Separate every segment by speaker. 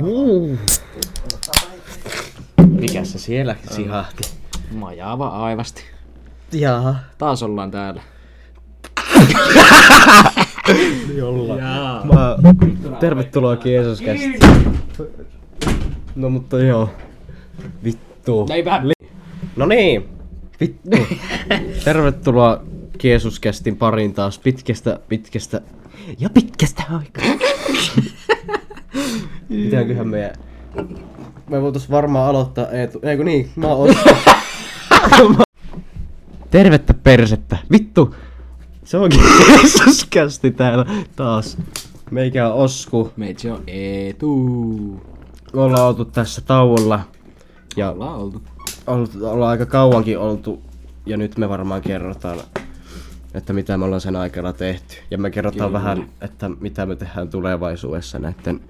Speaker 1: Uh. Mikä se siellä sihahti?
Speaker 2: Majava aivasti.
Speaker 1: Jaa.
Speaker 2: Taas ollaan täällä.
Speaker 1: Jolla. Mä... Tervetuloa Jeesus kästi. No mutta joo. Vittu.
Speaker 2: Leipä.
Speaker 1: No niin. Vittu. Tervetuloa Jeesus kästin pariin taas pitkästä, pitkästä ja pitkästä aikaa. Mitäköhän me... Me voitais varmaan aloittaa Eetu... Eikö niin? Mä oon Tervettä persettä. Vittu. Se onkin Jeesus kästi täällä taas. Meikä on Osku.
Speaker 2: Meitsi on Eetu.
Speaker 1: Me ollaan oltu tässä tauolla. Ja
Speaker 2: Ollaan oltu.
Speaker 1: ollut, ollaan aika kauankin oltu, ja nyt me varmaan kerrotaan, että mitä me ollaan sen aikana tehty. Ja me kerrotaan Kyllä. vähän, että mitä me tehdään tulevaisuudessa näiden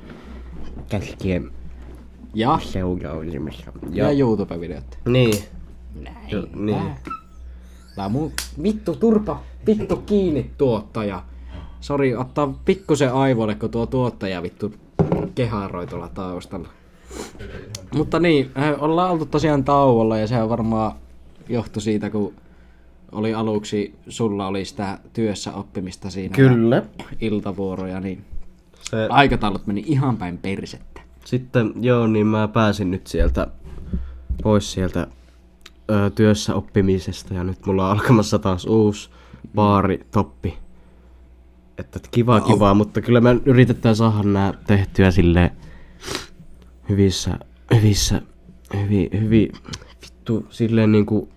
Speaker 1: käskien
Speaker 2: Ja,
Speaker 1: seuraamissa.
Speaker 2: ja, ja YouTube-videot.
Speaker 1: Niin,
Speaker 2: Näin.
Speaker 1: jo, niin.
Speaker 2: Tää mun vittu turpa, vittu kiinni tuottaja. Sori, ottaa pikkusen aivoille, kun tuo tuottaja vittu keharoi tuolla taustalla. Mutta niin, äh, ollaan oltu tosiaan tauolla ja sehän varmaan johtui siitä, kun oli aluksi, sulla oli sitä työssä oppimista siinä ja
Speaker 1: Kyllä.
Speaker 2: iltavuoroja, niin
Speaker 1: Se,
Speaker 2: aikataulut meni ihan päin persettä.
Speaker 1: sitten joo, niin mä pääsin nyt sieltä pois sieltä ö, työssä oppimisesta ja nyt mulla on alkamassa taas uusi baari toppi. Että kivaa kivaa, mutta kyllä me yritetään saada nämä tehtyä sille hyvissä, hyvissä, hyvi, hyvi, vittu, silleen niinku,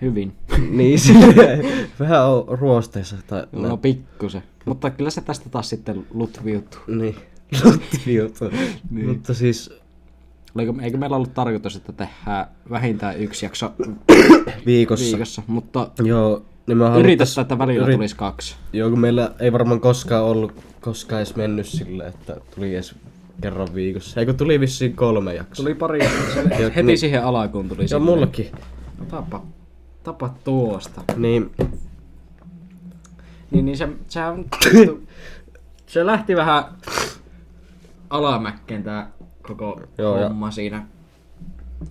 Speaker 2: Hyvin.
Speaker 1: niin silleen, vähän on ruosteessa tai
Speaker 2: No pikkusen. Mutta kyllä se tästä taas sitten lutviutuu.
Speaker 1: niin, luttiviutu. niin. Mutta siis
Speaker 2: Oliko, eikö meillä ollut tarkoitus, että tehdään vähintään yksi jakso
Speaker 1: viikossa,
Speaker 2: viikossa, mutta
Speaker 1: joo, niin mä haluan
Speaker 2: yritä sitä, että välillä tulisi kaksi.
Speaker 1: Joo, kun meillä ei varmaan koskaan ollut, koskaan edes mennyt sille, että tuli edes kerran viikossa. Eikö tuli vissiin kolme jaksoa?
Speaker 2: Tuli pari Heti niin. siihen alakuun tuli
Speaker 1: Joo,
Speaker 2: se.
Speaker 1: mullekin.
Speaker 2: Tapa, tapa tuosta.
Speaker 1: Niin,
Speaker 2: Niin, niin se, sehän, se lähti vähän alamäkkeen tää koko
Speaker 1: Joo,
Speaker 2: Joo,
Speaker 1: ja-
Speaker 2: homma siinä.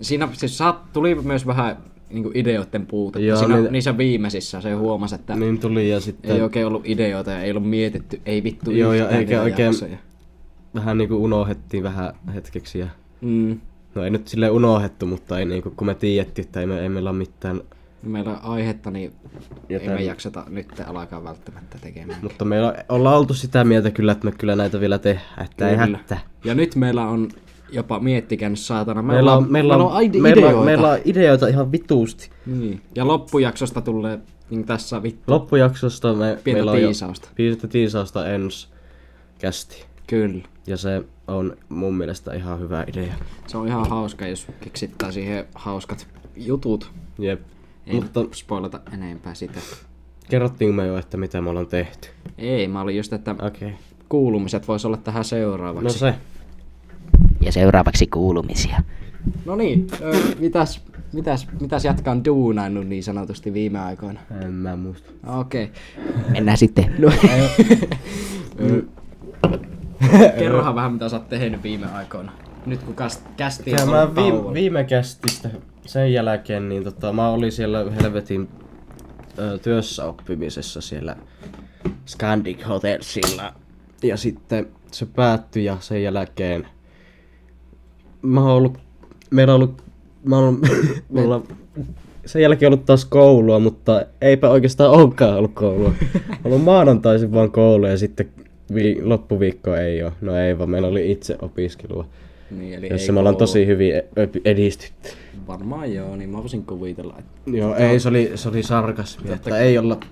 Speaker 2: Siinä siis saat, tuli myös vähän niinku ideoiden puutetta.
Speaker 1: Joo,
Speaker 2: Joo, siinä,
Speaker 1: niin-
Speaker 2: niin... Niissä viimeisissä se huomasi, että
Speaker 1: niin tuli ja sitten
Speaker 2: Ei oikein ollut ideoita ja ei ollut mietitty, ei vittu
Speaker 1: Joo, ja
Speaker 2: yhtään
Speaker 1: eikä
Speaker 2: niitä
Speaker 1: oikein-
Speaker 2: jaksoja.
Speaker 1: vähän niinku unohdettiin vähän hetkeksi ja...
Speaker 2: Mm.
Speaker 1: No ei nyt sille unohdettu, mutta ei niinku, kun me tiedettiin, että ei, me, ei meillä ole mitään...
Speaker 2: Meillä on aihetta, niin ei
Speaker 1: Jotain.
Speaker 2: me jakseta nyt alkaa välttämättä tekemään.
Speaker 1: Mutta meillä ollaan oltu sitä mieltä kyllä, että me kyllä näitä vielä tehdään, että ei
Speaker 2: Kyllä.
Speaker 1: hätää.
Speaker 2: Ja nyt meillä on jopa, miettikää nyt saatana,
Speaker 1: Meillä on, meillä on,
Speaker 2: aide-
Speaker 1: meillä,
Speaker 2: ideoita.
Speaker 1: on, meillä on ideoita ihan vituusti.
Speaker 2: Niin. Ja loppujaksosta tulee niin tässä vittu.
Speaker 1: Loppujaksosta me, meillä on jo
Speaker 2: tiisausta.
Speaker 1: pientä tiisausta ensi kästi.
Speaker 2: Kyllä.
Speaker 1: Ja se on mun mielestä ihan hyvä idea.
Speaker 2: Se on ihan hauska, jos keksittää siihen hauskat jutut.
Speaker 1: Jep.
Speaker 2: Ei
Speaker 1: Mutta
Speaker 2: Mutta... spoilata enempää sitä.
Speaker 1: kerrottiinko me jo, että mitä me ollaan tehty?
Speaker 2: Ei, mä olin just, että
Speaker 1: Okei. Okay.
Speaker 2: kuulumiset voisi olla tähän
Speaker 1: No
Speaker 2: seuraavaksi.
Speaker 1: se.
Speaker 3: Ja seuraavaksi kuulumisia.
Speaker 2: No niin, ö, mitäs, mitäs, mitäs jatkan duunainut niin sanotusti viime aikoina?
Speaker 1: En mä muista.
Speaker 2: Okei. Okay.
Speaker 3: Mennään sitten. No.
Speaker 2: Mm. Kerrohan vähän mitä sä oot tehnyt viime aikoina. Nyt kun kas, kästiin
Speaker 1: Ja
Speaker 2: on
Speaker 1: mä
Speaker 2: ollut
Speaker 1: viime,
Speaker 2: tauolla.
Speaker 1: viime kästistä sen jälkeen, niin tota, mä olin siellä helvetin ö, työssä oppimisessa siellä Scandic Hotelsilla. Ja sitten se päättyi ja sen jälkeen mä oon ollut, meillä on ollut, mä oon ollut, me ollaan sen jälkeen ollut taas koulua, mutta eipä oikeastaan olekaan ollut koulua. Ollut maanantaisin vaan koulu ja sitten vi- loppuviikko ei ole. No ei vaan, meillä oli itse opiskelua.
Speaker 2: Niin, eli
Speaker 1: Jossa
Speaker 2: ei
Speaker 1: me ollaan
Speaker 2: kuulu.
Speaker 1: tosi hyvin e- ö- edistytty.
Speaker 2: Varmaan joo, niin mä voisin kuvitella, että
Speaker 1: Joo, ei, se oli, se oli sarkasmia, että ei olla...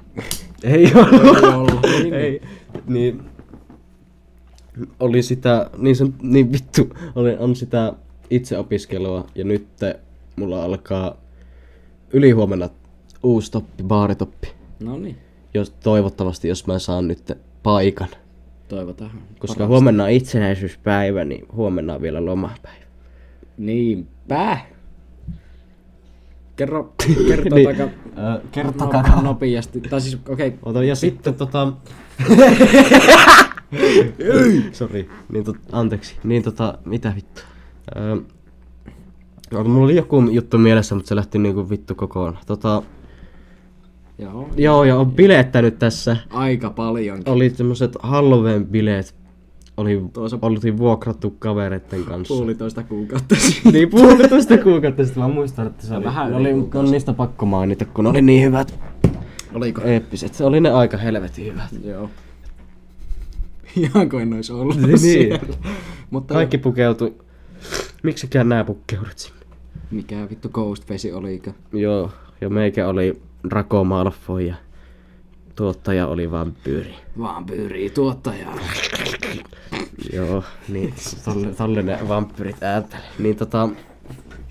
Speaker 1: Ei olla.
Speaker 2: ei ollut. Niin,
Speaker 1: Ei, niin... Oli sitä, niin, se, niin vittu, oli, on sitä itseopiskelua ja nyt mulla alkaa ylihuomenna uusi toppi, baaritoppi.
Speaker 2: No niin,
Speaker 1: Jos, toivottavasti, jos mä saan nyt paikan.
Speaker 2: toivotaan.
Speaker 1: Koska huomenna on itsenäisyyspäivä, niin huomenna on vielä lomapäivä.
Speaker 2: Niinpä. Kerro, kertotaanko niin.
Speaker 1: Äh,
Speaker 2: no, nopeasti. Tai siis, okei, okay,
Speaker 1: Ota, ja sitten tota... Sori. Niin tot, anteeksi. Niin tota, mitä vittu. Öö, no, mulla oli joku juttu mielessä, mutta se lähti niinku vittu kokonaan. Tota,
Speaker 2: Joo.
Speaker 1: joo, ja on bilettänyt tässä.
Speaker 2: Aika paljon.
Speaker 1: Oli semmoset Halloween-bileet. Oli,
Speaker 2: Tuossa-
Speaker 1: oltiin vuokrattu kavereiden kanssa.
Speaker 2: Puolitoista kuukautta
Speaker 1: Niin puolitoista kuukautta sitten mä muistan, että se oli.
Speaker 2: vähän
Speaker 1: Vähän
Speaker 2: yli
Speaker 1: oli, on niistä pakko mainita, kun ne oli niin hyvät.
Speaker 2: Oliko?
Speaker 1: Eeppiset. Se oli ne aika helvetin hyvät.
Speaker 2: Joo. Ihan kuin en olisi ollut
Speaker 1: Niin.
Speaker 2: siellä. Mutta
Speaker 1: Kaikki pukeutui. Miksikään nää pukeudut sinne?
Speaker 2: mikä vittu Ghostface oliko?
Speaker 1: Joo, ja meikä oli Draco Malfoy ja tuottaja oli vampyyri.
Speaker 2: Vaan pyyrii tuottajaa.
Speaker 1: Joo, niin tolle, tolle ne vampyyrit äänteli. Niin tota,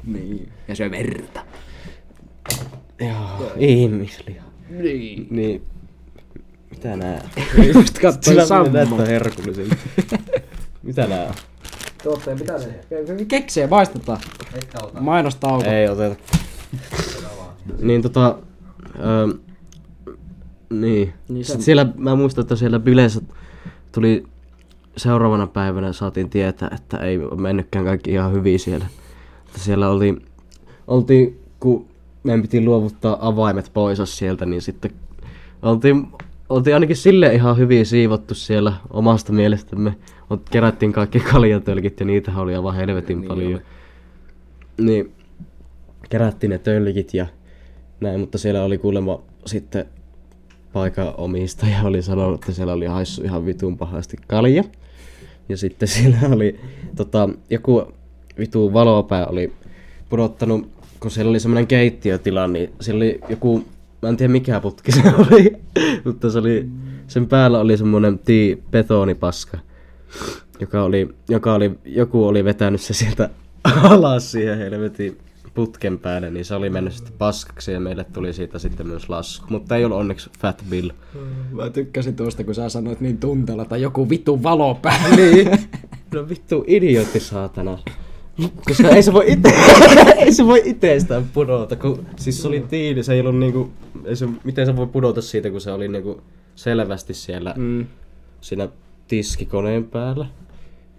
Speaker 2: Niin. Ja se verta.
Speaker 1: joo, ihmisliha.
Speaker 2: Niin.
Speaker 1: Niin, mitä nää?
Speaker 2: Just katsoin
Speaker 1: Näyttää
Speaker 2: Sammo.
Speaker 1: herkullisilta. mitä nää on?
Speaker 2: Tuottaja pitää se. Keksee, maisteta. Mainostauko.
Speaker 1: Ei oteta. niin tota... Öö, niin.
Speaker 2: Niin se-
Speaker 1: Sitten siellä, mä muistan, että siellä bileissä tuli seuraavana päivänä saatiin tietää, että ei mennytkään kaikki ihan hyvin siellä. Että siellä oli, oltiin, kun meidän piti luovuttaa avaimet pois sieltä, niin sitten oltiin, oltiin ainakin sille ihan hyvin siivottu siellä omasta mielestämme. Mut kerättiin kaikki kaljatölkit ja niitä oli aivan helvetin niin paljon. Niin, kerättiin ne tölkit ja näin, mutta siellä oli kuulemma sitten paikan omistaja oli sanonut, että siellä oli haissu ihan vitun pahasti kalja. Ja sitten siellä oli tota, joku vitu valopää oli pudottanut, kun siellä oli semmoinen keittiötila, niin siellä oli joku, mä en tiedä mikä putki se oli, mutta se oli, sen päällä oli semmoinen tii betonipaska, joka oli, joka oli, joku oli vetänyt se sieltä alas siihen helvetin putken päälle, niin se oli mennyt sitten paskaksi ja meille tuli siitä sitten myös lasku. Mutta ei ollut onneksi Fat Bill.
Speaker 2: Mä tykkäsin tuosta, kun sä sanoit niin tunteella, tai joku vitu valopää.
Speaker 1: Niin. No vittu idiotti saatana. Koska ei se voi ite, ei se voi iteestään pudota, kun siis se oli tiili, se ei ollut niinku, ei se, miten se voi pudota siitä, kun se oli niinku selvästi siellä, mm. siinä tiskikoneen päällä.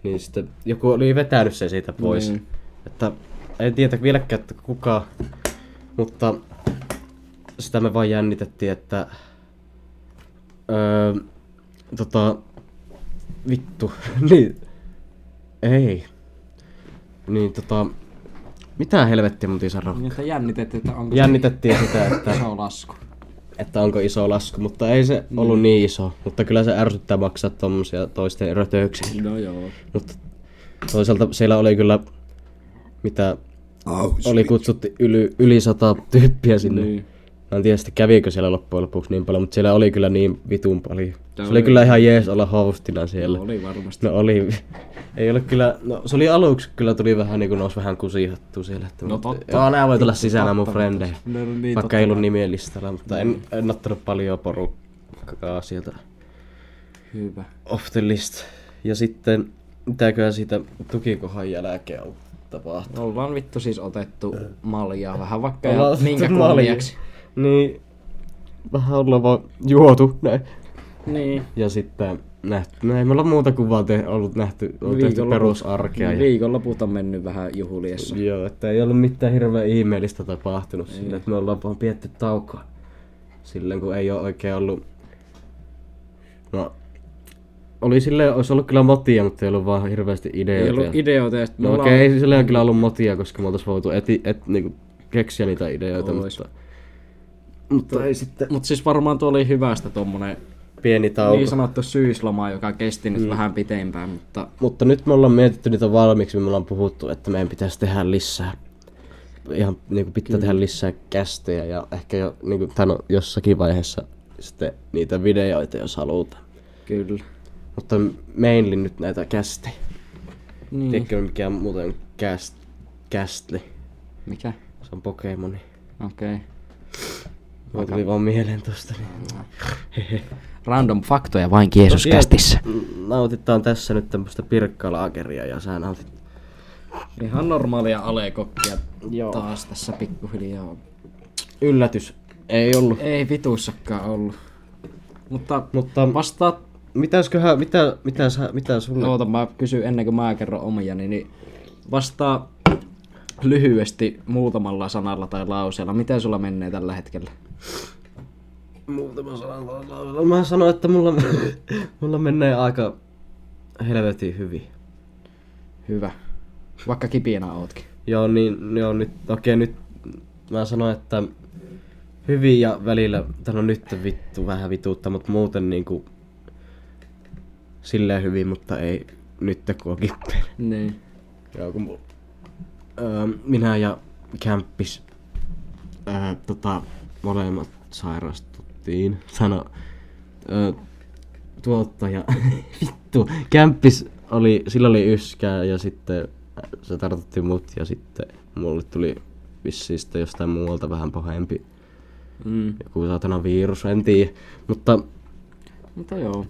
Speaker 1: Niin sitten joku oli vetänyt sen siitä pois. Mm. Että en tiedä vieläkään, että kuka, mutta sitä me vaan jännitettiin, että öö, tota, Vittu. niin. Ei. Niin tota... Mitä helvettiä mun piti sanoa?
Speaker 2: Niin, että jännitettiin, että onko
Speaker 1: Jännitettiin sitä,
Speaker 2: se
Speaker 1: että,
Speaker 2: iso lasku.
Speaker 1: että onko iso lasku, mutta ei se ollut niin iso. Mutta kyllä se ärsyttää maksaa tommosia toisten rötöyksiä.
Speaker 2: No joo.
Speaker 1: Mutta toisaalta siellä oli kyllä, mitä
Speaker 2: Aus.
Speaker 1: oli kutsuttu yli, yli sata tyyppiä sinne.
Speaker 2: Niin.
Speaker 1: Mä en tiedä sitten kävikö siellä loppujen lopuksi niin paljon, mutta siellä oli kyllä niin vitun paljon. Se
Speaker 2: oli-
Speaker 1: oli kyllä ihan jees olla hostina siellä.
Speaker 2: Oli varmasti.
Speaker 1: No oli. Ei ole kyllä, no se oli aluksi kyllä tuli vähän niinku nousi vähän kusihattua siellä. Että,
Speaker 2: No
Speaker 1: mutta-
Speaker 2: totta.
Speaker 1: Joo, nää voi tulla sisään mun frendejä.
Speaker 2: No niin,
Speaker 1: Vaikka ei ollut nimiä listalla, mutta en, en ottanut paljon porukkaa sieltä
Speaker 2: Hyvä.
Speaker 1: off the list. Ja sitten, mitäköhän siitä tukikohan jälkeen on tapahtunut?
Speaker 2: Ollaan vittu siis otettu maljaa vähän vaikka
Speaker 1: Ollaan
Speaker 2: ja
Speaker 1: otettu
Speaker 2: minkä
Speaker 1: maljaa.
Speaker 2: kunniaksi.
Speaker 1: Niin, vähän ollaan vaan juotu näin.
Speaker 2: Niin.
Speaker 1: Ja sitten nähty, no ei me olla muuta kuin vaan te, ollut nähty, on
Speaker 2: Niin,
Speaker 1: tehty perusarkea. ja-
Speaker 2: Viikonloput on mennyt vähän juhliessa.
Speaker 1: Joo, että ei ollut mitään hirveän ihmeellistä tapahtunut siinä, että me ollaan vaan pietty taukoa. Silloin kun ei ole oikein ollut... No, oli silleen, olisi ollut kyllä motia, mutta ei ollut vaan hirveästi ideoita.
Speaker 2: Ei ollut
Speaker 1: ja...
Speaker 2: ideoita ja sitten
Speaker 1: No okei, okay, ei silleen kyllä ollut motia, koska me oltais voitu eti, et, niinku, keksiä niitä ideoita,
Speaker 2: Ois.
Speaker 1: mutta... Mutta ei sitten...
Speaker 2: Mutta siis varmaan tuo oli hyvästä tuommoinen
Speaker 1: Pieni tauko.
Speaker 2: niin sanottu syysloma, joka kesti
Speaker 1: Mm.
Speaker 2: nyt vähän pitempään, mutta
Speaker 1: Mutta nyt me ollaan mietitty niitä valmiiksi, me ollaan puhuttu, että meidän pitäisi tehdä lisää. Ihan niin kuin pitää tehdä lisää kästejä ja ehkä jo, niin kuin, tämän jossakin vaiheessa sitten niitä videoita, jos halutaan.
Speaker 2: kyllä.
Speaker 1: Mutta mainly nyt näitä kästejä.
Speaker 2: Niin.
Speaker 1: Mm. Tiedätkö mikä muuten käst, kästli?
Speaker 2: Mikä?
Speaker 1: Se on Pokemoni.
Speaker 2: Okei. Okay.
Speaker 1: Mä tuli vaan mieleen tosta. Niin.
Speaker 2: Random faktoja vain Jeesuskästissä.
Speaker 1: Nautitaan tässä nyt tämmöstä pirkkalaakeria ja sä nautit.
Speaker 2: Ihan normaalia alekokkia
Speaker 1: Joo.
Speaker 2: taas tässä pikkuhiljaa.
Speaker 1: Yllätys. Ei ollut.
Speaker 2: Ei vitussakaan ollut. Mutta
Speaker 1: Mutta
Speaker 2: vasta
Speaker 1: Mitäsköhän, mitä, mitä, sä, mitä sulle?
Speaker 2: Oota, mä kysyn ennen kuin mä kerron omiani, niin vastaa lyhyesti muutamalla sanalla tai lauseella. Miten sulla menee tällä hetkellä?
Speaker 1: Muutama sana. Mä sanoin, että mulla, mulla menee aika helvetin hyvin.
Speaker 2: Hyvä. Vaikka kipienä ootkin.
Speaker 1: Joo, niin, joo, nyt, okei, nyt mä sanoin, että hyvin ja välillä, tai no nyt vittu, vähän vituutta, mutta muuten niinku silleen hyvin, mutta ei nyt kun on kippeenä.
Speaker 2: Niin.
Speaker 1: Joo, kun mu- öö, minä ja Kämppis öö, tota, molemmat sairastuttiin. Sano, öö, tuottaja, vittu, Kämppis oli, sillä oli yskää ja sitten se tartutti mut ja sitten mulle tuli vissiin sitten jostain muualta vähän pahempi
Speaker 2: Mm.
Speaker 1: joku saatana virus, en tiedä. Mutta
Speaker 2: Mutta joo,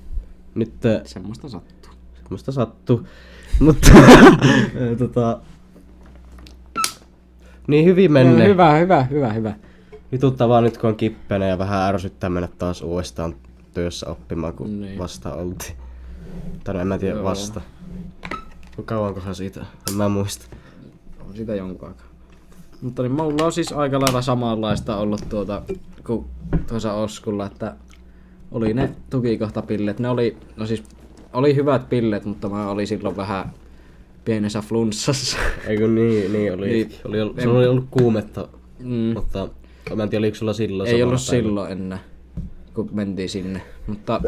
Speaker 1: nyt ö,
Speaker 2: semmoista sattuu.
Speaker 1: Musta sattuu. Mutta tota... Niin hyvin
Speaker 2: No,
Speaker 1: menee. Hyvä.
Speaker 2: hyvä, hyvä, hyvä, hyvä.
Speaker 1: Vituttaa vaan nyt kun on kippenä ja vähän ärsyttää mennä taas uudestaan työssä oppimaan, kun
Speaker 2: Niin.
Speaker 1: niin. vasta oltiin. Tai no en mä tiedä Joo. vasta. Kuinka kauankohan siitä? En mä muista.
Speaker 2: On sitä jonkun aikaa. Mutta niin mulla on siis aika lailla samanlaista ollut tuota, kuin tuossa Oskulla, että oli ne tukikohtapilleet. Ne oli, no siis, oli hyvät pilleet, mutta mä olin silloin vähän pienessä flunssassa.
Speaker 1: Eikö niin, niin oli.
Speaker 2: Niin.
Speaker 1: Niin. oli, oli sulla oli ollut kuumetta,
Speaker 2: Mm,
Speaker 1: mutta mä en tiedä oliko sulla silloin
Speaker 2: ei
Speaker 1: samana
Speaker 2: ollut
Speaker 1: päivänä.
Speaker 2: silloin enää, kun mentiin sinne. Mutta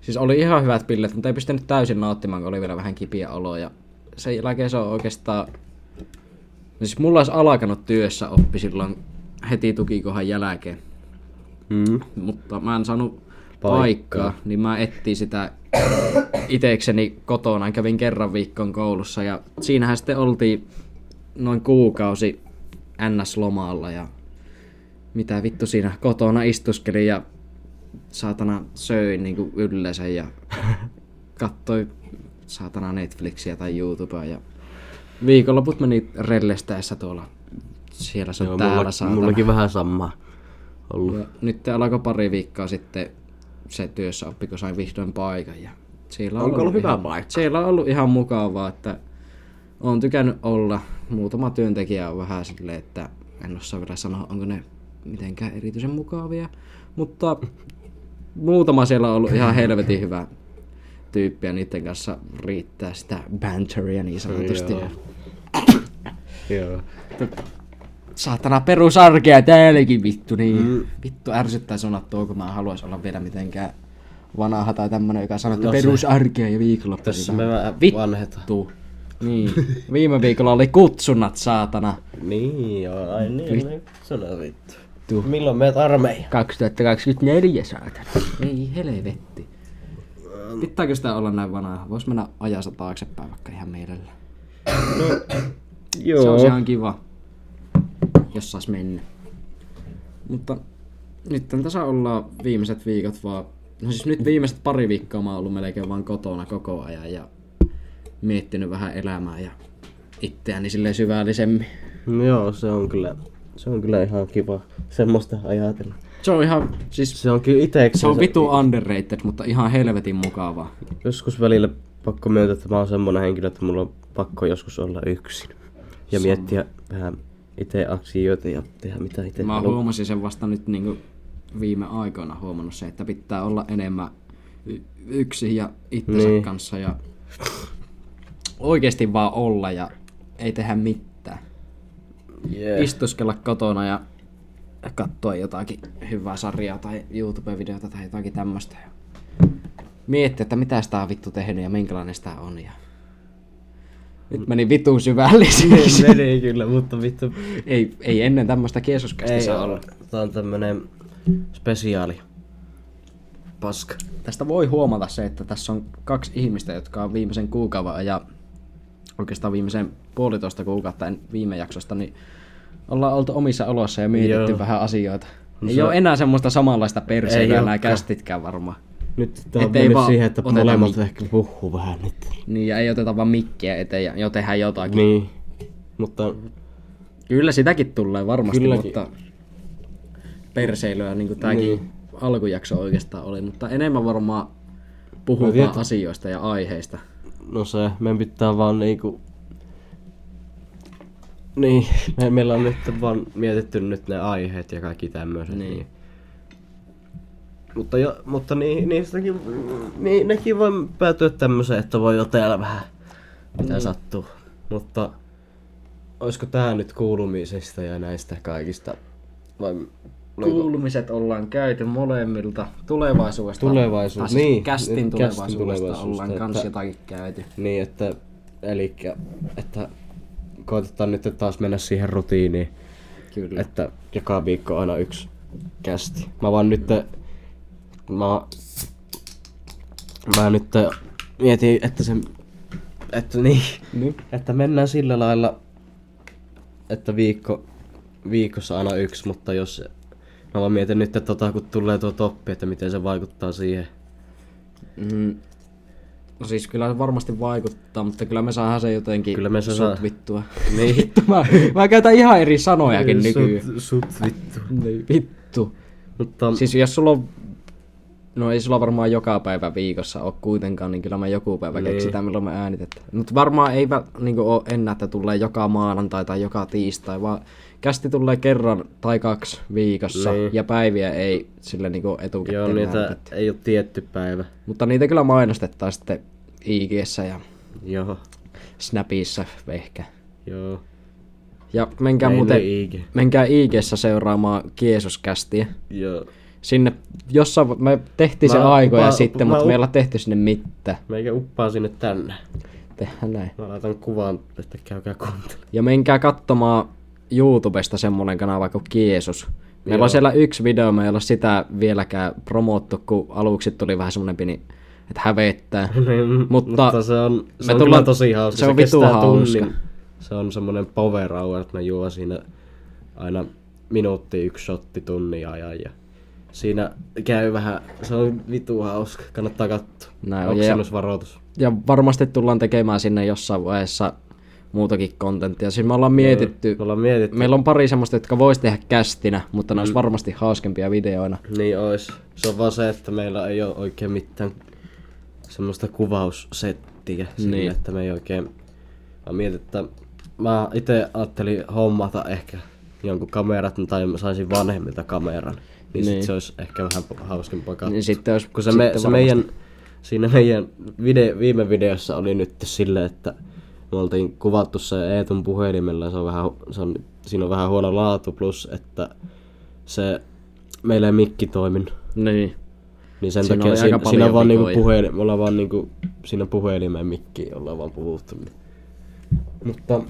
Speaker 2: siis oli ihan hyvät pilleet, mutta ei pystynyt täysin nauttimaan, kun oli vielä vähän kipiä olo. Ja sen jälkeen se on oikeastaan... No Siis mulla olisi alkanut työssä oppi silloin heti tukikohan jälkeen.
Speaker 1: Mm.
Speaker 2: Mutta mä en saanut paikkaa,
Speaker 1: Paikkaa.
Speaker 2: niin mä etsin sitä itekseni kotona. Kävin kerran viikon koulussa ja siinähän sitten oltiin noin kuukausi NS-lomalla ja mitä vittu siinä kotona istuskelin ja saatana söin niinku yleensä ja kattoi saatana Netflixiä tai YouTubea ja viikonloput meni rellestäessä tuolla siellä se
Speaker 1: Joo,
Speaker 2: on täällä
Speaker 1: mulla,
Speaker 2: saatana.
Speaker 1: mullakin vähän samaa ollut.
Speaker 2: Ja nyt alkoi pari viikkoa sitten se työssä oppi, kun sain vihdoin paikan. Ja siellä on
Speaker 1: Onko ollut hyvä
Speaker 2: ihan,
Speaker 1: paikka?
Speaker 2: Siellä on ollut ihan mukavaa, että on tykännyt olla. Muutama työntekijä on vähän silleen, että en osaa vielä sanoa, onko ne mitenkään erityisen mukavia. Mutta muutama siellä on ollut ihan helvetin hyvä tyyppi ja niiden kanssa riittää sitä banteria niin sanotusti.
Speaker 1: Joo.
Speaker 2: Ja
Speaker 1: Joo.
Speaker 2: saatana perusarkea täälläkin vittu, niin mm.
Speaker 1: Mm.
Speaker 2: vittu ärsyttää sanoa tuo, kun mä haluais olla vielä mitenkään vanha tai tämmönen, joka sanoo, että no
Speaker 1: No se-
Speaker 2: perusarkea ja viikonloppu.
Speaker 1: Tässä
Speaker 2: sitä
Speaker 1: me
Speaker 2: on.
Speaker 1: vähän
Speaker 2: Vittu.
Speaker 1: vanhetaan.
Speaker 2: Niin, viime viikolla oli kutsunnat saatana
Speaker 1: Niin joo, ai niin, niin. se on vittu. Milloin meet armeija?
Speaker 2: 2024 saatana. Ei helvetti. Pitääkö sitä olla näin vanha? Vois mennä ajassa taaksepäin vaikka ihan mielellä. Se on ihan kiva, jos sais mennä. Mutta nyt tässä ollaan viimeiset viikot vaan... No siis nyt viimeiset pari viikkoa mä oon ollut melkein vaan kotona koko ajan ja miettinyt vähän elämää ja itseäni silleen syvällisemmin.
Speaker 1: No joo, se on kyllä, se on kyllä ihan kiva semmoista ajatella.
Speaker 2: Se on ihan, siis
Speaker 1: Se on kyllä itekseen.
Speaker 2: se on vitu underrated, mutta ihan helvetin mukavaa.
Speaker 1: Joskus välillä pakko myöntää, että mä oon semmonen henkilö, että mulla on pakko joskus olla yksin. Ja miettiä vähän itse asioita ja tehdä mitä itse
Speaker 2: Mä
Speaker 1: haluaa.
Speaker 2: huomasin sen vasta nyt niinku viime aikoina huomannut se, että pitää olla enemmän y- yksin ja itsensä niin.
Speaker 1: Niin.
Speaker 2: kanssa ja oikeasti vaan olla ja ei tehdä mitään.
Speaker 1: Yeah.
Speaker 2: Istuskella kotona ja katsoa jotakin hyvää sarjaa tai YouTube-videota tai jotakin tämmöistä. Miettiä, että mitä sitä on vittu tehnyt ja minkälainen sitä on. Ja... Nyt meni vitun syvälliseksi.
Speaker 1: Meni kyllä, mutta vittu.
Speaker 2: ei, ei ennen tämmöistä kiesoskästä
Speaker 1: Ei
Speaker 2: saa
Speaker 1: ole.
Speaker 2: olla.
Speaker 1: Tää on tämmönen spesiaali. Paska.
Speaker 2: Tästä voi huomata se, että tässä on kaksi ihmistä, jotka on viimeisen kuukauden ja oikeastaan viimeisen puolitoista kuukautta en- viime jaksosta, niin ollaan oltu omissa oloissa ja mietitty Joo.
Speaker 1: Joo. No
Speaker 2: vähän asioita. Ei ole enää semmoista samanlaista perseilyä
Speaker 1: Ei
Speaker 2: nämä
Speaker 1: olekaan.
Speaker 2: kästitkään varmaan.
Speaker 1: Nyt tää on
Speaker 2: Ettei
Speaker 1: mennyt
Speaker 2: vaan
Speaker 1: siihen, että
Speaker 2: oteta
Speaker 1: molemmat ehkä puhuu vähän nyt.
Speaker 2: Niin, ja ei oteta vaan mikkiä eteen ja jo tehdään jotakin. Niin.
Speaker 1: Niin. Mutta
Speaker 2: Kyllä sitäkin tulee varmasti, Kylläkin.
Speaker 1: Kylläkin.
Speaker 2: mutta perseilyä, niin kuin tämäkin niin. alkujakso oikeastaan oli, mutta enemmän varmaan
Speaker 1: Mä
Speaker 2: puhutaan
Speaker 1: tiedän.
Speaker 2: asioista ja aiheista.
Speaker 1: No se, meidän pitää vaan niinku... Niin, me, meillä on nyt vaan mietitty nyt ne aiheet ja kaikki tämmöiset.
Speaker 2: Niin.
Speaker 1: Niin. niin. Mutta, jo, mutta ni, niistäkin, ni, nekin voi päätyä tämmöiseen, että voi jotella vähän mitä niin. sattuu. Mutta olisiko tää nyt kuulumisesta ja näistä kaikista? Vai oliko-
Speaker 2: Kuulumiset ollaan käyty molemmilta tulevaisuudesta.
Speaker 1: Tulevaisuus,
Speaker 2: tai siis
Speaker 1: niin.
Speaker 2: Kästin
Speaker 1: Nyt kästin
Speaker 2: tulevaisuudesta
Speaker 1: tulevaisuudesta,
Speaker 2: ollaan
Speaker 1: että-
Speaker 2: kans jotakin käyty.
Speaker 1: Niin, että, elikkä, että koitetaan nyt taas mennä siihen rutiiniin,
Speaker 2: Kyllä.
Speaker 1: että joka viikko aina yksi kästi. Mä vaan nyt, mä, mä nyt mietin, että se, että niin,
Speaker 2: Niin.
Speaker 1: että mennään sillä lailla, että viikko, viikossa aina yksi, mutta jos, mä vaan mietin nyt, että tota, kun tulee tuo toppi, että miten se vaikuttaa siihen.
Speaker 2: Mm. No siis kyllä se varmasti vaikuttaa, mutta kyllä me saadaan se jotenkin
Speaker 1: Kyllä me se
Speaker 2: sut
Speaker 1: saa-
Speaker 2: vittua.
Speaker 1: Niin.
Speaker 2: Vittu, mä, mä käytän ihan eri sanojakin nykyään.
Speaker 1: Sut, sut vittu.
Speaker 2: Niin, Vittu.
Speaker 1: Mutta,
Speaker 2: Siis jos sulla on... No ei sulla varmaan joka päivä viikossa ole kuitenkaan, niin kyllä me joku päivä
Speaker 1: Niin.
Speaker 2: keksitään, milloin me äänitetään. Mutta varmaan ei niin ole enää, että tulee joka maanantai tai joka tiistai, vaan kästi tulee kerran tai kaksi viikossa,
Speaker 1: Niin.
Speaker 2: ja päiviä ei sille niin etukäteen
Speaker 1: Joo, niitä
Speaker 2: äänitetty.
Speaker 1: ei ole tietty päivä.
Speaker 2: Mutta niitä kyllä mainostetaan sitten ig ja
Speaker 1: Joo,
Speaker 2: Snapissa ehkä.
Speaker 1: joo.
Speaker 2: Ja menkää
Speaker 1: Ei
Speaker 2: muuten...
Speaker 1: ne IG.
Speaker 2: Menkää ig seuraamaan Jeesuskästiä.
Speaker 1: Joo.
Speaker 2: Sinne jossain, me tehtiin se
Speaker 1: Mä
Speaker 2: aikoja
Speaker 1: uppa-
Speaker 2: sitten,
Speaker 1: mä
Speaker 2: mutta
Speaker 1: up-
Speaker 2: me ei olla tehty sinne mitään.
Speaker 1: Meikä uppaa sinne tänne.
Speaker 2: Tehdään näin.
Speaker 1: Mä laitan kuvan, että käykää kuuntelemaan.
Speaker 2: Ja menkää katsomaan YouTubesta semmonen kanava kuin Jeesus. Meillä on siellä yksi video, me ei olla sitä vieläkään promottu, kun aluksi tuli vähän semmonen pieni, että hävettää. Mutta-
Speaker 1: Niin, mutta se on, se
Speaker 2: Ah, me
Speaker 1: on
Speaker 2: tullaan-
Speaker 1: kyllä tosi hauska.
Speaker 2: se on
Speaker 1: kestää
Speaker 2: vitun hauska.
Speaker 1: tunnin. Se on semmonen power hour, että ne juo siinä aina minuutti yksi shotti tunnin ajan. Ja siinä käy vähän, se on vitu hauska. Kannattaa katsoa.
Speaker 2: Näin on, ja-
Speaker 1: Oksennusvaroitus.
Speaker 2: Ja varmasti tullaan tekemään sinne jossain vaiheessa muutakin kontenttia. Siis me ollaan mietitty,
Speaker 1: Me ollaan mietitty.
Speaker 2: Meillä on pari semmoista, jotka vois tehdä kästinä, mutta
Speaker 1: Mm.
Speaker 2: ne olisi varmasti hauskempia videoina.
Speaker 1: Niin ois. Se on vaan se, että meillä ei ole oikein mitään semmoista kuvaussettiä sille,
Speaker 2: Niin.
Speaker 1: niin. että me ei oikein... Mä mietin, että mä itse ajattelin hommata ehkä jonkun kamerat tai mä saisin vanhemmilta kameran. Niin, niin.
Speaker 2: Niin.
Speaker 1: Sit se olisi ehkä vähän hauskempaa katsoa.
Speaker 2: Niin sitten olisi,
Speaker 1: Kun se, me,
Speaker 2: sitten
Speaker 1: se meidän, siinä meidän vide, viime videossa oli nyt silleen, että me oltiin kuvattu se Eetun puhelimella ja se on vähän, hu- se on, siinä on vähän huono laatu plus, että se meillä ei mikki toiminut.
Speaker 2: Niin.
Speaker 1: Niin sen
Speaker 2: Siinä
Speaker 1: takia
Speaker 2: oli
Speaker 1: siinä,
Speaker 2: aika
Speaker 1: siinä
Speaker 2: paljon
Speaker 1: on vaan niinku
Speaker 2: vikoja.
Speaker 1: puhelin, me ollaan vaan niinku, siinä puhelimen mikkiin ollaan vaan puhuttu. niin. Mutta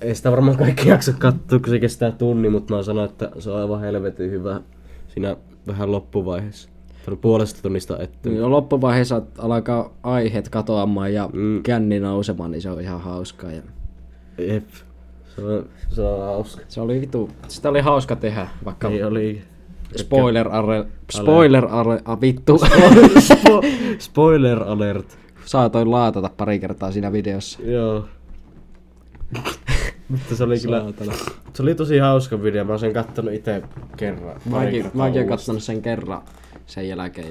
Speaker 1: ei sitä varmaan kaikki jaksa katsoa, kun se kestää tunni, mutta mä sanon, että se on aivan helvetin hyvä siinä vähän loppuvaiheessa. Tämä puolesta tunnista ettei.
Speaker 2: Ja Niin, no loppuvaiheessa alkaa aiheet katoamaan ja mm. känni nousemaan, niin se on ihan hauskaa. Ja
Speaker 1: Jep. Se on, se on hauska.
Speaker 2: se oli vitu. Sitä oli hauska tehdä, vaikka
Speaker 1: Ei oli...
Speaker 2: spoiler are, spoiler are, a, vittu.
Speaker 1: Spo- spoiler alert.
Speaker 2: Saatoin laatata pari kertaa siinä videossa.
Speaker 1: Joo. Mutta se oli kyllä...
Speaker 2: Saatana.
Speaker 1: Se oli tosi hauska video, mä oon sen kattonut itse kerran. pari
Speaker 2: Mäkin,
Speaker 1: kertaa
Speaker 2: mäkin olen
Speaker 1: uudestaan.
Speaker 2: kattonut sen kerran sen jälkeen.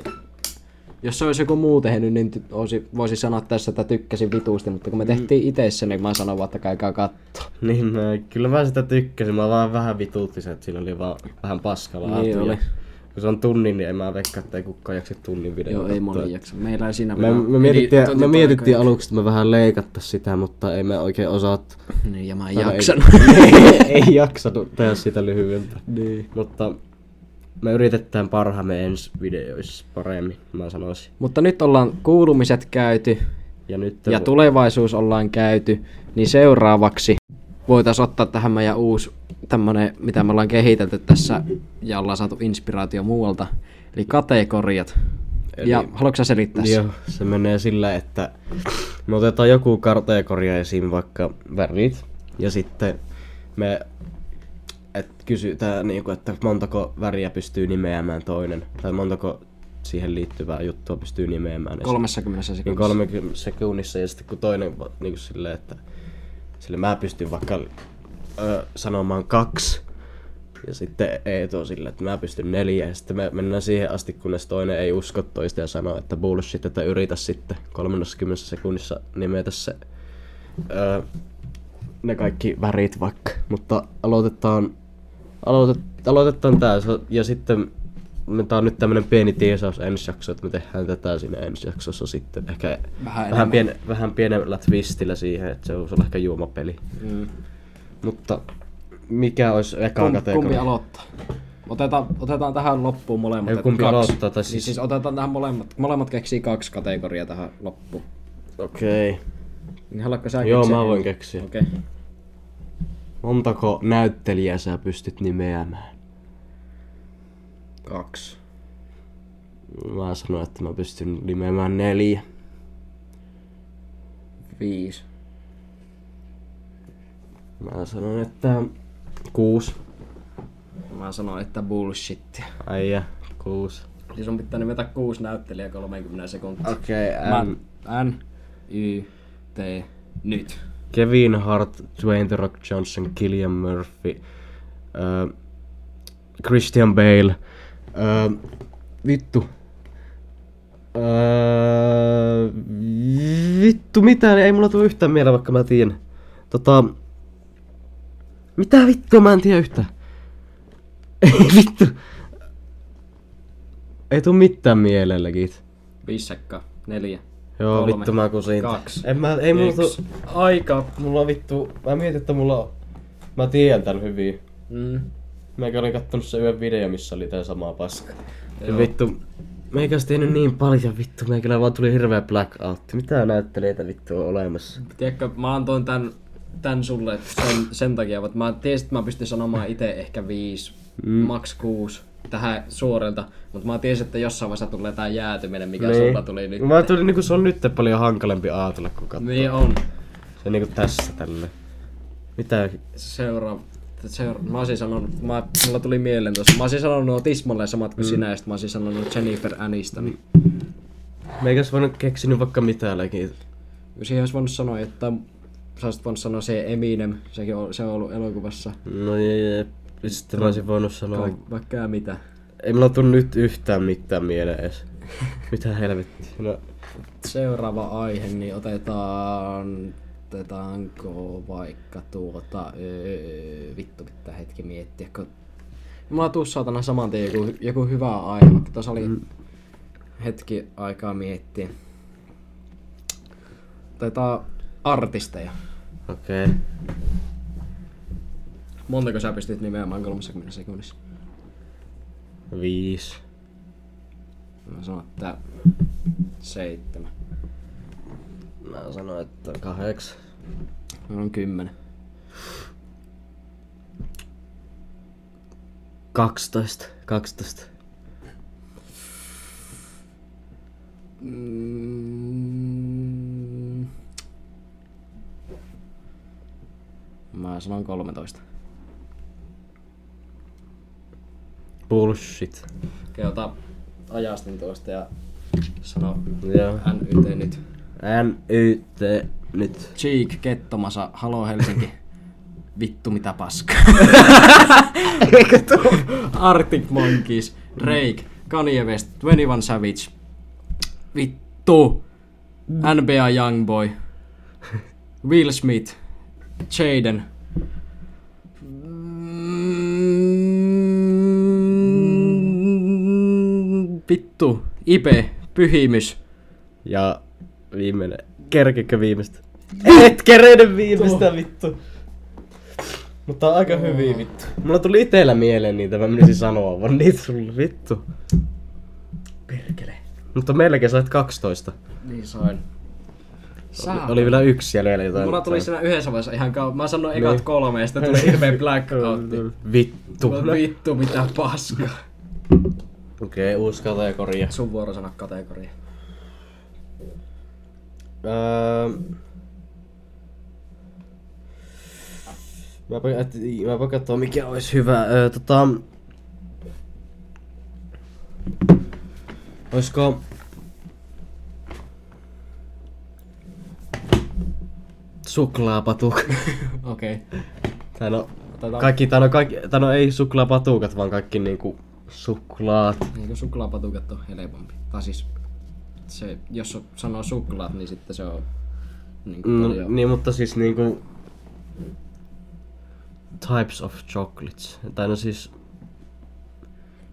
Speaker 2: Jos se olisi joku muu tehnyt, niin ty- olisi, voisi sanoa tässä, että tykkäsin vituusti, mutta kun me tehtiin itse se, niin mä sanoin vaan, että käykää katsoa.
Speaker 1: Niin, mä, kyllä mä sitä tykkäsin. Mä vaan vähän vituutti se, että sillä oli vaan vähän paskalaa.
Speaker 2: Niin oli.
Speaker 1: Kun se on tunnin, niin en mä veikkaa, että ei kukaan jaksa tunnin video.
Speaker 2: Joo, ei moni jaksa. Meillä ei siinä
Speaker 1: Me, me mietittiin, me mietittiin aluksi, että me vähän leikattais sitä, mutta ei me oikein osattu.
Speaker 2: Niin, ja mä en
Speaker 1: Tai
Speaker 2: jaksanut.
Speaker 1: Ei, ei jaksanut tehdä sitä lyhyempää.
Speaker 2: Niin.
Speaker 1: Mutta me yritetään parhaamme ensi videoissa paremmin, mä sanoisin.
Speaker 2: Mutta nyt ollaan kuulumiset käyty
Speaker 1: Ja nyt
Speaker 2: ja tulevaisuus ollaan käyty, niin seuraavaksi voitaisiin ottaa tähän meidän uusi tämmönen, mitä me ollaan kehitelty tässä ja ollaan saatu inspiraatio muualta, eli kategoriat. Eli... Ja haluatko sä selittää sen?
Speaker 1: Joo, se menee sillä, että me otetaan joku kategoria esiin, vaikka värit, ja sitten me et kysytään, niinku, että montako väriä pystyy nimeämään toinen, tai montako siihen liittyvää juttua pystyy nimeämään. Ja
Speaker 2: 30
Speaker 1: niin
Speaker 2: sekunnissa.
Speaker 1: 30 sekunnissa ja sitten kun toinen va- niin kuin silleen, että sille mä pystyn vaikka ö, sanomaan kaksi Ja sitten Eetu on sillä, että mä pystyn neljä. Ja sitten me mennään siihen asti, kunnes toinen ei usko toista ja sanoo, että bullshit, että yritä sitten 30 sekunnissa nimetä se öö, ne kaikki värit vaikka. Mutta aloitetaan, aloite, aloitetaan tää Se- ja sitten me- tää on nyt tämmönen pieni tiisaus ensi jakso, että me tehdään tätä siinä ensi jaksossa sitten. Ehkä vähän,
Speaker 2: niin.
Speaker 1: vähän, pien, vähän pienellä twistillä siihen, että se voisi olla ehkä juomapeli.
Speaker 2: Mm.
Speaker 1: Mutta mikä olisi eka
Speaker 2: Kum,
Speaker 1: kategoria?
Speaker 2: kumpi aloittaa? Otetaan, otetaan tähän loppuun molemmat.
Speaker 1: Ei,
Speaker 2: että
Speaker 1: kumpi
Speaker 2: kaksi.
Speaker 1: aloittaa, tai
Speaker 2: Niin
Speaker 1: siis-
Speaker 2: siis otetaan tähän molemmat. Molemmat keksii kaksi kategoriaa tähän loppuun.
Speaker 1: Okei. Okay.
Speaker 2: Niin haluatko sä
Speaker 1: Joo,
Speaker 2: keksiä
Speaker 1: mä voin
Speaker 2: ensin?
Speaker 1: keksiä.
Speaker 2: Okei. Okay.
Speaker 1: Montako näyttelijää sä pystyt nimeämään?
Speaker 2: Kaksi.
Speaker 1: Mä sanoin, että mä pystyn nimeämään neljä.
Speaker 2: Viisi.
Speaker 1: Mä sanon, että kuusi.
Speaker 2: Mä sanoin, että Siis bullshittia.
Speaker 1: Ai ja, kuusi.
Speaker 2: Eli sun pitää nimetä kuusi näyttelijää 30 sekuntia.
Speaker 1: Okei,
Speaker 2: Mä,
Speaker 1: okay, um,
Speaker 2: N, Y, T, nyt.
Speaker 1: Kevin Hart, Dwayne The Rock Johnson, Killian Murphy, uh, Christian Bale, uh, vittu. Uh, vittu, mitään, ei mulla tule yhtään mieleen, vaikka mä tiedän. Tota, mitä vittua, mä en tiedä yhtään. Ei vittu. Ei tuu mitään mieleen, legit.
Speaker 2: Viisi sekkaa. Neljä.
Speaker 1: Joo,
Speaker 2: Kolme.
Speaker 1: vittu mä kusin.
Speaker 2: Kaksi.
Speaker 1: En mä, ei mulla
Speaker 2: Yksi.
Speaker 1: tuu aika. Mulla vittu, mä mietin, että mulla on- Mä tiedän tän hyvin.
Speaker 2: Mm.
Speaker 1: Meikä olin kattonut se yhden video, missä oli tää sama paska.
Speaker 2: Joo.
Speaker 1: Joo. Vittu, meikä olisi tehnyt niin paljon vittu, meikällä vaan tuli hirveä blackout. Mitä näyttelijöitä vittu on olemassa?
Speaker 2: Tiedätkö, mä antoin tän, tän sulle sen, sen takia, että mä tiesin, että mä pystyn sanomaan itse ehkä viisi, mm. maks kuusi tähän suorilta, mutta mä tiesin, että jossain vaiheessa tulee tää jäätyminen, mikä niin. sulla tuli nyt.
Speaker 1: Mä tuli niinku se on nyt paljon hankalempi ajatella kuin katsoa. Niin.
Speaker 2: Niin on.
Speaker 1: Se niinku tässä tälle. Mitä?
Speaker 2: Seuraava. Seura- mä olisin sanonut, mä, mulla tuli mieleen tuossa, mä olisin sanonut nuo tismalleen samat kuin mm. sinä, ja sit mä olisin sanonut Jennifer Aniston. Mm.
Speaker 1: Meikäs voinut keksinyt vaikka mitään läkin.
Speaker 2: Siihen olisi voinut sanoa, että sä olisit voinut sanoa se Eminem, sekin on, se on ollut elokuvassa,
Speaker 1: No jep. Sitten mä olisin voinut sanoa...
Speaker 2: Kaik- vaikka ja mitä.
Speaker 1: Ei mulla tuu nyt yhtään mitään mieleen edes. Mitä helvettiä. No,
Speaker 2: Seuraava aihe, niin otetaan... Otetaanko vaikka tuota... Öö, vittu pitää hetki miettiä, kun... Mulla tuu saatana saman tien joku, joku hyvä aihe, vaikka tuossa oli hetki aikaa miettiä. Otetaan artisteja.
Speaker 1: okei. Okay.
Speaker 2: Montako sä pystyt nimeämään 30 sekunnissa?
Speaker 1: Viis.
Speaker 2: Mä sanon, että seitsemän.
Speaker 1: Mä sanoin, että kahdeksan.
Speaker 2: Mä on kymmenen.
Speaker 1: 12. 12.
Speaker 2: Mm. Mä sanon 13.
Speaker 1: Bullshit.
Speaker 2: Okei, ota ajastin tuosta ja sano
Speaker 1: Joo.
Speaker 2: NYT nyt.
Speaker 1: NYT nyt.
Speaker 2: Cheek, kettomasa, halo Helsinki. Vittu mitä paskaa. Arctic Monkeys, Drake, Kanye West, 21 Savage. Vittu. NBA Youngboy. Will Smith. Jaden. Mm, Vittu. Ipe. Pyhimys.
Speaker 1: Ja viimeinen. Kerkikö viimeistä? Et kereiden viimeistä vittu. Mutta on aika hyviä vittu. Mulla tuli itellä mieleen niitä, mä menisin sanoa vaan niitä sulle vittu.
Speaker 2: Perkele.
Speaker 1: Mutta melkein sait 12.
Speaker 2: Niin sain. Saa.
Speaker 1: Oli vielä yksi jäljellä jotain.
Speaker 2: Mulla tuli siinä yhdessä vaiheessa ihan kauan. Mä sanoin
Speaker 1: Niin.
Speaker 2: ekat kolme ja sitten tuli hirveen blackoutti.
Speaker 1: Vittu.
Speaker 2: Voi niin Vittu mitä paskaa.
Speaker 1: Okei, okay, uusi kategoria.
Speaker 2: Sun vuoro sanoa kategoria.
Speaker 1: Öö... Mäpä, et, mäpä katsoa mikä olisi hyvä. Öö, tota... Olisiko... Suklaapatuk.
Speaker 2: Okei.
Speaker 1: Tai no,
Speaker 2: tai Kaik-
Speaker 1: Kaikki, tai no, kaikki, tai no ei suklaapatukat, vaan kaikki niinku suklaat.
Speaker 2: eikö suklaapatukat ole helpompi? Tai siis se, jos so- sanoo suklaat, niin sitten se on niin kuin
Speaker 1: No,
Speaker 2: paljon.
Speaker 1: niin, mutta siis niinku... Types of chocolates. Tai no siis...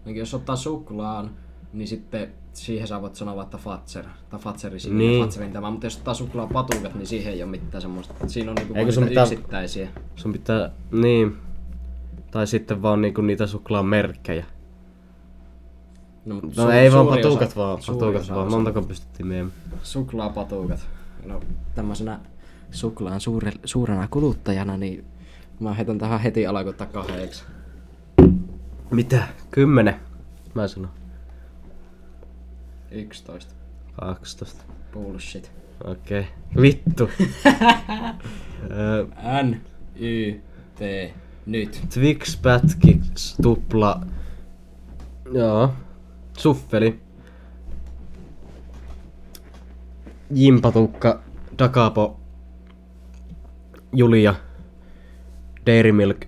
Speaker 2: Niin jos ottaa suklaan, niin sitten siihen sä voit sanoa, että Fatser. Tai Fatseri sinne
Speaker 1: Niin.
Speaker 2: niin. Fatserin tämä. Mutta jos ottaa suklaapatukat, niin siihen ei ole mitään semmoista. Siinä on niinku
Speaker 1: Eikö
Speaker 2: Eikö
Speaker 1: se
Speaker 2: se
Speaker 1: mitään-
Speaker 2: yksittäisiä.
Speaker 1: Sun pitää... Niin. Tai sitten vaan niinku niitä suklaan merkkejä.
Speaker 2: No, mut
Speaker 1: No
Speaker 2: su-
Speaker 1: ei vaan
Speaker 2: suuri osa-
Speaker 1: patukat vaan,
Speaker 2: suuri
Speaker 1: patukat
Speaker 2: osa
Speaker 1: vaan.
Speaker 2: on
Speaker 1: Montako pystyttiin meidän?
Speaker 2: Suklaapatukat. No tämmöisenä suklaan suure, suurena kuluttajana, niin mä heitän tähän heti alakutta kahdeksi.
Speaker 1: Mitä? Kymmenen. Mä sanon.
Speaker 2: 11.
Speaker 1: 12.
Speaker 2: Bullshit.
Speaker 1: Okei. Okay. Vittu. Öö,
Speaker 2: N, Y, T, nyt.
Speaker 1: Twix Pätkix tupla. Joo. Suffeli. Jimpatukka. Dakapo. Julia. Dairy Milk.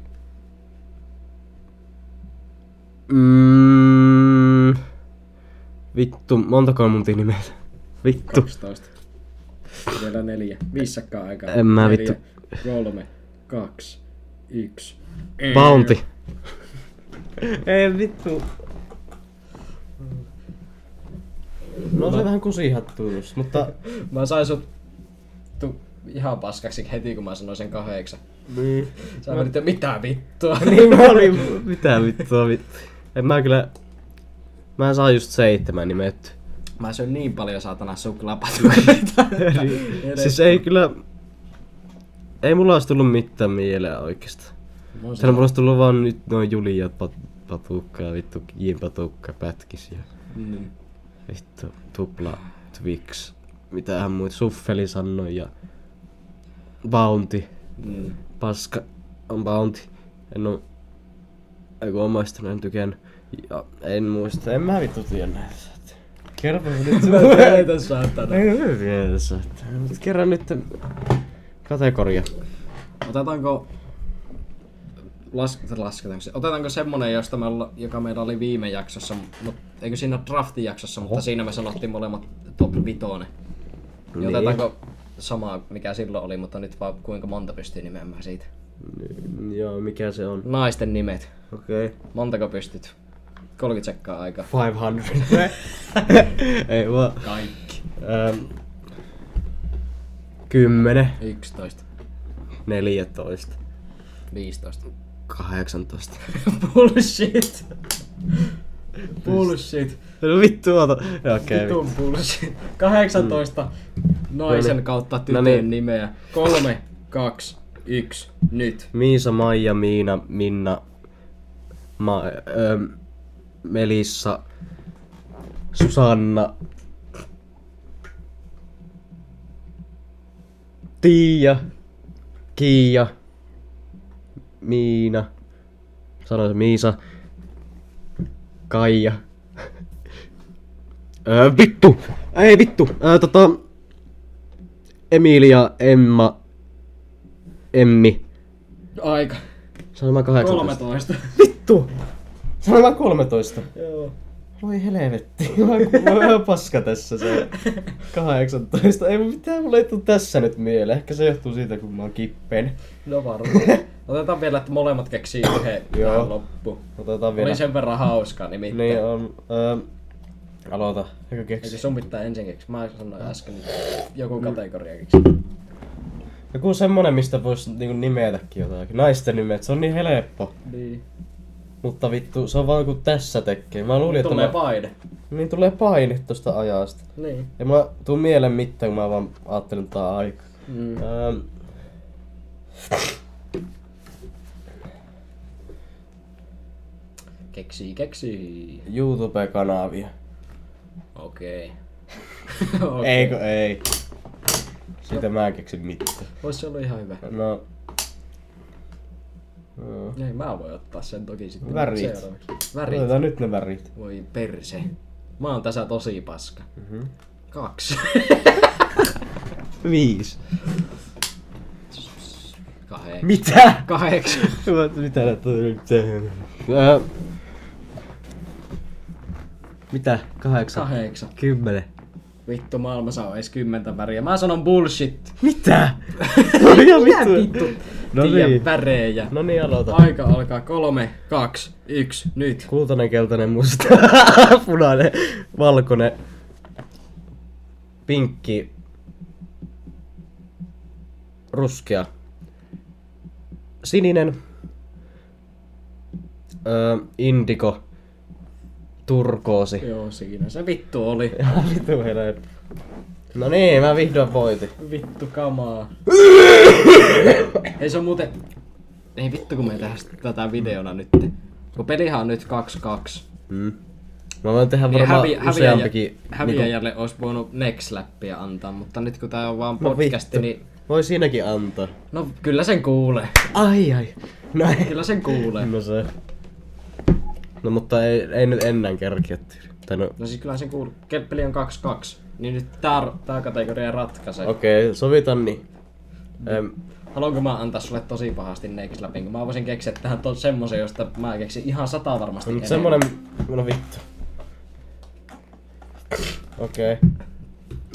Speaker 1: Mm, vittu, montako on mun nimeltä? Vittu.
Speaker 2: 12. Vielä neljä. Viisi sakkaa aikaa.
Speaker 1: En mä
Speaker 2: Neljä,
Speaker 1: vittu.
Speaker 2: Kolme, kaksi, yksi.
Speaker 1: Bounty. Mm. Ei vittu. No se vähän kusihattu just, mutta...
Speaker 2: Mä sain sut tu- ihan paskaksi heti, kun mä sanoin sen kahdeksan.
Speaker 1: Niin.
Speaker 2: Sä no. jo mitä vittua.
Speaker 1: niin mä olin... Mitä vittua vittu. En mä kyllä... Mä saan just seitsemän nimetty.
Speaker 2: Mä syön niin paljon saatana suklaapatukoita.
Speaker 1: siis ei kyllä... Ei mulla olisi tullut mitään mieleen oikeastaan.
Speaker 2: Mulla
Speaker 1: Sillä mulla olisi tullut vaan nyt noin Julia pat- patukka ja vittu Jim patukka pätkisiä.
Speaker 2: Niin.
Speaker 1: Vittu, tupla, Twix, mitähän muut, Suffeli sanoi ja Bounty,
Speaker 2: Mm.
Speaker 1: paska on Bounty. En oo, ei kun omaistunut, en tykän. Ja en muista, en mä vittu tiedä näitä. Kerro nyt sinä.
Speaker 2: Ei tässä saatana.
Speaker 1: Ei mä tiedä tässä. Mut kerran nyt kategoria.
Speaker 2: Otetaanko... Las, lasketaanko se? Otetaanko semmonen, josta me olla, joka meillä oli viime jaksossa, mut, eikö siinä ole draftin jaksossa, mutta siinä me sanottiin molemmat top vitonen. Niin. Otetaanko samaa, mikä silloin oli, mutta nyt vaan kuinka monta pystyy nimeämään siitä.
Speaker 1: Niin, Joo, mikä se on?
Speaker 2: Naisten nimet.
Speaker 1: Okei. Okay.
Speaker 2: Montako pystyt? 30 sekkaa aika.
Speaker 1: 500. ei vaan.
Speaker 2: Kaikki.
Speaker 1: Ähm, 10,
Speaker 2: 11.
Speaker 1: 14,
Speaker 2: 15.
Speaker 1: 18.
Speaker 2: Bullshit. Bullshit.
Speaker 1: No vittu, ota. Okei. Okay,
Speaker 2: Vitun bullshit. 18
Speaker 1: Mm. No niin.
Speaker 2: naisen kautta tytön
Speaker 1: Noniin.
Speaker 2: nimeä. 3, 2, 1, nyt.
Speaker 1: Miisa, Maija, Miina, Minna, Ma, ö, Melissa, Susanna, Tiia, Kiia, Miina, sanoin se Miisa, Kaija. Ö, vittu! Ei vittu! Ö, tota, Emilia, Emma, Emmi,
Speaker 2: Aika.
Speaker 1: Sain mä 18.
Speaker 2: 13.
Speaker 1: Vittu! Sain mä 13.
Speaker 2: Joo.
Speaker 1: Voi helvetti. Mä oon vähän paska tässä se. 18. Ei mitään mulle ei tuu tässä nyt mieleen. Ehkä se johtuu siitä, kun mä oon kippeen.
Speaker 2: No varmaan. Otetaan vielä, että molemmat keksii yhden
Speaker 1: Joo.
Speaker 2: tähän loppuun.
Speaker 1: Otetaan vielä.
Speaker 2: Oli sen verran hauskaa nimittäin.
Speaker 1: Niin on. Öö, aloita. Eikö keksi?
Speaker 2: Eikö sun pitää ensin keksiä? Mä sanoin äsken että joku
Speaker 1: Mm.
Speaker 2: kategoria keksiä.
Speaker 1: Joku No, semmonen, mistä vois niinku nimetäkin jotakin. Naisten nimet, se on niin helppo.
Speaker 2: Niin.
Speaker 1: Mutta vittu, se on vaan kun tässä tekee. Mä luulin, että
Speaker 2: Tulee
Speaker 1: mä...
Speaker 2: paine.
Speaker 1: Niin tulee paine tosta ajasta.
Speaker 2: Niin.
Speaker 1: Ei mulla tuu mieleen mitään, kun mä vaan ajattelin, että tää on aika.
Speaker 2: Mm.
Speaker 1: Ähm.
Speaker 2: Keksii, keksii.
Speaker 1: YouTube-kanavia.
Speaker 2: Okei. Okay.
Speaker 1: Eikö ei? Siitä mä en keksi mitään.
Speaker 2: Ois se ollut ihan hyvä.
Speaker 1: No. no.
Speaker 2: Ei, mä voin ottaa sen toki sitten
Speaker 1: Värit.
Speaker 2: seuraavaksi. Värit.
Speaker 1: Otetaan nyt ne värit.
Speaker 2: Voi perse. Mä oon tässä tosi paska.
Speaker 1: Mhm.
Speaker 2: Kaksi.
Speaker 1: Viis.
Speaker 2: Kahe-
Speaker 1: Mitä?
Speaker 2: Kahdeksan.
Speaker 1: Mitä näitä on nyt tehnyt? Öö, Mitä? Kahdeksan?
Speaker 2: Kahdeksan.
Speaker 1: Kymmenen.
Speaker 2: Vittu, maailmassa on edes kymmentä väriä. Mä sanon bullshit.
Speaker 1: Mitä? Mitä
Speaker 2: vittu?
Speaker 1: No
Speaker 2: No niin.
Speaker 1: niin.
Speaker 2: värejä.
Speaker 1: No niin, aloita.
Speaker 2: Aika alkaa. Kolme, kaksi, yksi, nyt.
Speaker 1: Kultainen, keltainen, musta, punainen, valkoinen, pinkki, ruskea, sininen, öö, indiko, turkoosi.
Speaker 2: Joo, siinä se vittu oli.
Speaker 1: Vitu helä. No niin, mä vihdoin voitin.
Speaker 2: Vittu kamaa. Ei se on muuten... Ei vittu kun me tehdään sitä- tätä videona nyt. Kun pelihan on nyt 2-2.
Speaker 1: Mm. Mä voin tehdä
Speaker 2: Niin
Speaker 1: varmaan
Speaker 2: hävi, häviäjä,
Speaker 1: useampikin. niinku-
Speaker 2: häviäjälle olisi voinut next läppiä antaa, mutta nyt kun tää on vaan
Speaker 1: No
Speaker 2: podcasti,
Speaker 1: vittu.
Speaker 2: niin...
Speaker 1: Voi siinäkin antaa.
Speaker 2: No kyllä sen kuulee.
Speaker 1: Ai ai. No ei.
Speaker 2: Kyllä sen kuulee.
Speaker 1: No se. No mutta ei, ei nyt enää kerkiä. tyyli. Tai no,
Speaker 2: No siis kyllä sen kuulee. Keppeli on 2-2. Niin nyt tää, tää kategoria ratkaisee. Okay.
Speaker 1: okei, okay, sovitaan niin. Öm,
Speaker 2: Haluanko mä antaa sulle tosi pahasti next läpin, kun mä voisin keksiä tähän to- semmosen, josta mä keksin ihan sata varmasti.
Speaker 1: no, mut
Speaker 2: enemmän.
Speaker 1: semmonen... No vittu. Okei. Okay.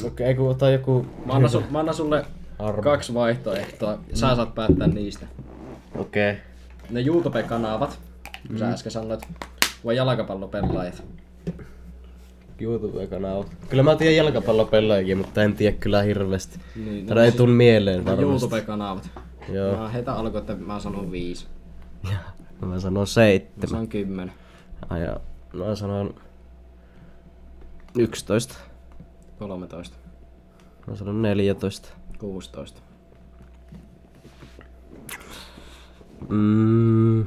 Speaker 1: Okei, okay, kun ota joku...
Speaker 2: Mä annan, su- mä annan sulle
Speaker 1: Armo.
Speaker 2: kaksi vaihtoehtoa. Sä saat päättää niistä.
Speaker 1: Okei. Okay.
Speaker 2: Ne YouTube-kanavat, kun
Speaker 1: Mm.
Speaker 2: sä äsken sanoit, vai jalkapallopelaajat.
Speaker 1: YouTube-kanavat. Kyllä mä tiedän jalkapallopelaajakin, mutta en tiedä kyllä hirveästi.
Speaker 2: Niin,
Speaker 1: Niin, Tätä ei tule mieleen
Speaker 2: No,
Speaker 1: varmasti.
Speaker 2: YouTube-kanavat.
Speaker 1: Joo.
Speaker 2: Mä heitä alkoi, että mä sanon viisi.
Speaker 1: No mä sanon
Speaker 2: Mä
Speaker 1: seitsemän.
Speaker 2: sanon kymmenen.
Speaker 1: Ai joo. Mä sanon... Yksitoista.
Speaker 2: 13.
Speaker 1: Mä sanon neljätoista.
Speaker 2: 16.
Speaker 1: Mm.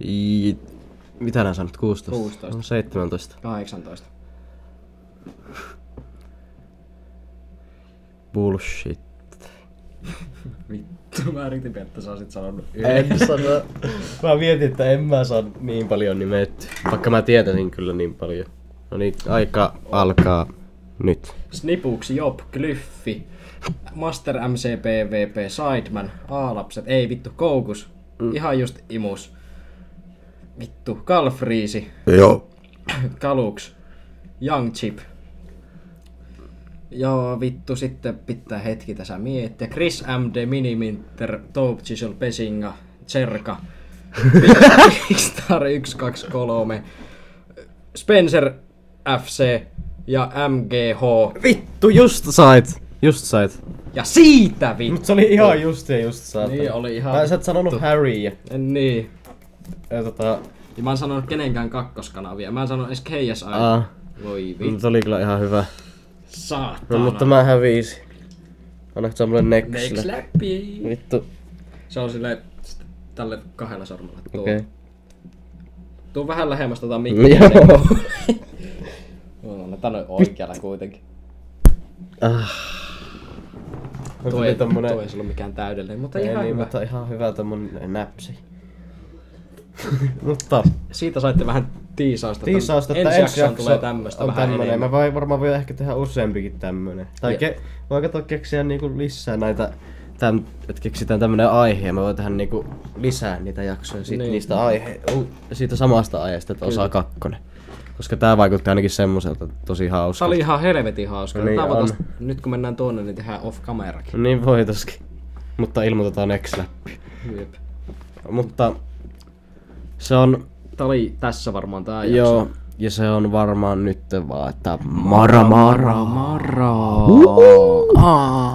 Speaker 1: I... Mitä nää sanot? 16?
Speaker 2: 16.
Speaker 1: No, 17.
Speaker 2: 18.
Speaker 1: Bullshit.
Speaker 2: Vittu, mä yritin, että sä olisit sanonut yhden.
Speaker 1: En sano. Mä mietin, että en mä saa niin paljon nimetty. Vaikka mä tietäisin kyllä niin paljon. No niin, aika alkaa nyt.
Speaker 2: Snipuksi Job, Glyffi, Master MC PvP, Sideman, A-lapset, ei vittu, Koukus, ihan just imus. Vittu, Kalfriisi,
Speaker 1: Joo.
Speaker 2: Kaluks, Young Chip. Joo, vittu, sitten pitää hetki tässä miettiä. Chris M. De Miniminter, Taupe Chisel, Pesinga, Tserka, Kickstar 123, Spencer FC ja MGH.
Speaker 1: Vittu, just sait! Just sait.
Speaker 2: Ja siitä vittu!
Speaker 1: Mut se oli ihan just ja just saat.
Speaker 2: Niin oli ihan-
Speaker 1: Tai sä et sanonut Harryä.
Speaker 2: Niin.
Speaker 1: Ja tota...
Speaker 2: Ja mä en sanonut kenenkään kakkoskanavia. Mä en sanonut edes KSI.
Speaker 1: Aa,
Speaker 2: Voi
Speaker 1: no,
Speaker 2: vittu.
Speaker 1: se oli kyllä ihan hyvä. No,
Speaker 2: Saatana.
Speaker 1: mutta mä hävisin. Annatko sä mulle
Speaker 2: Next
Speaker 1: nexillä?
Speaker 2: läpi.
Speaker 1: Vittu.
Speaker 2: Se on silleen sit tälle kahdella sormella. Tuo.
Speaker 1: Okei.
Speaker 2: Tuu vähän lähemmäs tota mikkiä.
Speaker 1: Joo.
Speaker 2: No, no, tän on oikealla kuitenkin. Tuo ei,
Speaker 1: Tuli tommonen...
Speaker 2: tuo ei ollut mikään täydellinen, mutta
Speaker 1: Ei
Speaker 2: ihan
Speaker 1: niin,
Speaker 2: hyvä.
Speaker 1: mutta ihan hyvä tommonen näpsi. mutta
Speaker 2: Siitä saitte vähän tiisausta. Tän-
Speaker 1: tiisausta, että
Speaker 2: ensi
Speaker 1: Niin ensi
Speaker 2: jaksoon
Speaker 1: jakso
Speaker 2: tulee tämmöstä
Speaker 1: on
Speaker 2: vähän
Speaker 1: tämmönen.
Speaker 2: enemmän.
Speaker 1: Mä voi, varmaan voi ehkä tehdä useampikin tämmönen. Tai
Speaker 2: Jep.
Speaker 1: ke, voi katsoa keksiä niinku lisää näitä, tämän, että keksitään tämmönen aihe ja mä voin tehdä niinku lisää niitä jaksoja siitä,
Speaker 2: Niin.
Speaker 1: niin. niistä aihe, u- siitä samasta aiheesta, että osaa kakkonen. Koska tää vaikutti ainakin semmoiselta tosi
Speaker 2: Tää
Speaker 1: hauskalta.
Speaker 2: oli ihan helvetin hauska.
Speaker 1: No niin
Speaker 2: Tää voitais-
Speaker 1: on.
Speaker 2: nyt kun mennään tuonne, niin tehdään off camerakin.
Speaker 1: Niin voitoskin. Mutta ilmoitetaan next läpi.
Speaker 2: Jep.
Speaker 1: Mutta se on
Speaker 2: Tää oli tässä varmaan tää jakso.
Speaker 1: Joo, ja se on varmaan nyt vaan, että moro moro!
Speaker 2: Moro!